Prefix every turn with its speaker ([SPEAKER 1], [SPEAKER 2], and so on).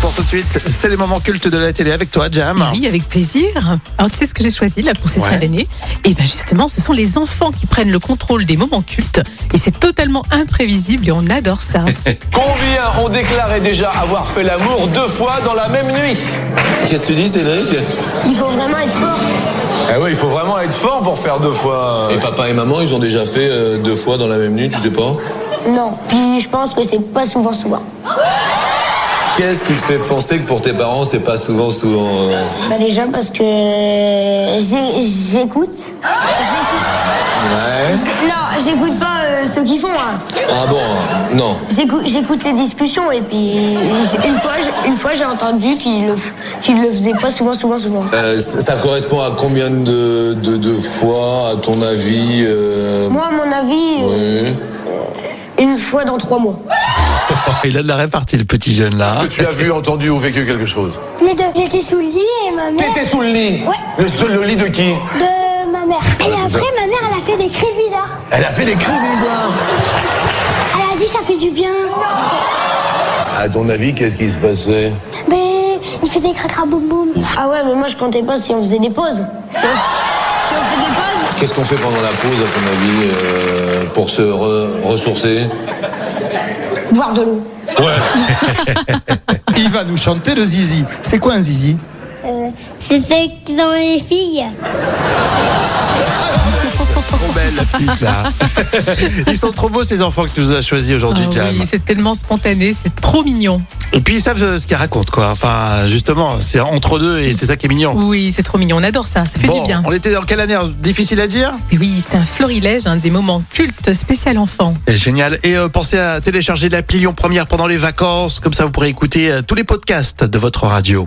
[SPEAKER 1] pour tout de suite, c'est les moments cultes de la télé avec toi, Jam.
[SPEAKER 2] Oui, avec plaisir. Alors, tu sais ce que j'ai choisi là pour cette
[SPEAKER 1] Ah. Ouais.
[SPEAKER 2] fin d'année Et bien, justement, ce sont les enfants qui prennent le contrôle des moments cultes. Et c'est totalement imprévisible et on adore ça. Ah
[SPEAKER 3] Combien ont déclaré déjà avoir fait l'amour deux fois dans la même nuit Qu'est-ce que tu dis, Cédric
[SPEAKER 4] Il faut vraiment être fort.
[SPEAKER 3] Eh oui, il faut vraiment être fort pour faire deux fois.
[SPEAKER 5] Et papa et maman, ils ont déjà fait euh, deux fois dans la même nuit, tu sais pas
[SPEAKER 4] Non, puis je pense que c'est pas souvent souvent.
[SPEAKER 5] Qu'est-ce qui te fait penser que pour tes parents, c'est pas souvent, souvent euh,
[SPEAKER 4] Bah déjà parce que j'ai- j'écoute. J'écoute-
[SPEAKER 5] Ouais.
[SPEAKER 4] j'ai- Non, j'écoute pas euh, ceux qui font. hein.
[SPEAKER 5] Ah bon euh, Non.
[SPEAKER 4] J'écoute j'écoute les discussions et puis j'- une fois, j'- une fois j'ai entendu qu'ils le, f- qu'ils le faisaient pas souvent, souvent, souvent.
[SPEAKER 5] Euh, c- ça correspond à combien de, de, de fois, à ton avis euh,
[SPEAKER 4] Moi, à mon avis, euh,
[SPEAKER 5] ouais.
[SPEAKER 4] une fois dans trois mois.
[SPEAKER 1] Oh, Il a de la répartie, le petit jeune là.
[SPEAKER 3] Tu as vu, entendu ou vécu quelque chose
[SPEAKER 6] Les deux. J'étais sous le lit et ma mère.
[SPEAKER 3] T'étais sous le lit
[SPEAKER 6] Ouais.
[SPEAKER 3] le, seul- le lit de qui
[SPEAKER 6] De ma mère. Et après, ma mère, elle a fait des cris bizarres.
[SPEAKER 3] Elle a fait des cris bizarres
[SPEAKER 6] Elle a dit, ça fait du bien.
[SPEAKER 3] À ton avis, qu'est-ce qui se passait
[SPEAKER 6] Mais il faisait cracra boum boum.
[SPEAKER 4] Ah ouais, mais moi je comptais pas si on faisait des pauses. Si on, si on fait des pauses,
[SPEAKER 5] Qu'est-ce qu'on fait pendant la pause, à ton avis, euh, pour se re- ressourcer
[SPEAKER 4] boire de l'eau.
[SPEAKER 1] Il va nous chanter le zizi. C'est quoi un zizi
[SPEAKER 6] C'est fait dans les filles.
[SPEAKER 1] Trop belle la petite là. Ils sont trop beaux ces enfants que tu nous as choisis aujourd'hui,
[SPEAKER 2] Ah
[SPEAKER 1] Jam.
[SPEAKER 2] oui, c'est tellement spontané, c'est trop mignon.
[SPEAKER 1] Et puis ils savent euh, ce qu'ils racontent quoi. Enfin, justement, c'est entre deux et c'est ça qui est mignon.
[SPEAKER 2] Oui, c'est trop mignon, on adore ça, ça fait
[SPEAKER 1] Bon,
[SPEAKER 2] du bien.
[SPEAKER 1] On était dans quelle année hein Difficile à dire
[SPEAKER 2] Mais oui, c'est un florilège, un des moments cultes spécial enfant.
[SPEAKER 1] Et Génial. Et euh, pensez à télécharger l'appli Lyon Première pendant les vacances. Comme ça, vous pourrez écouter euh, tous les podcasts de votre radio.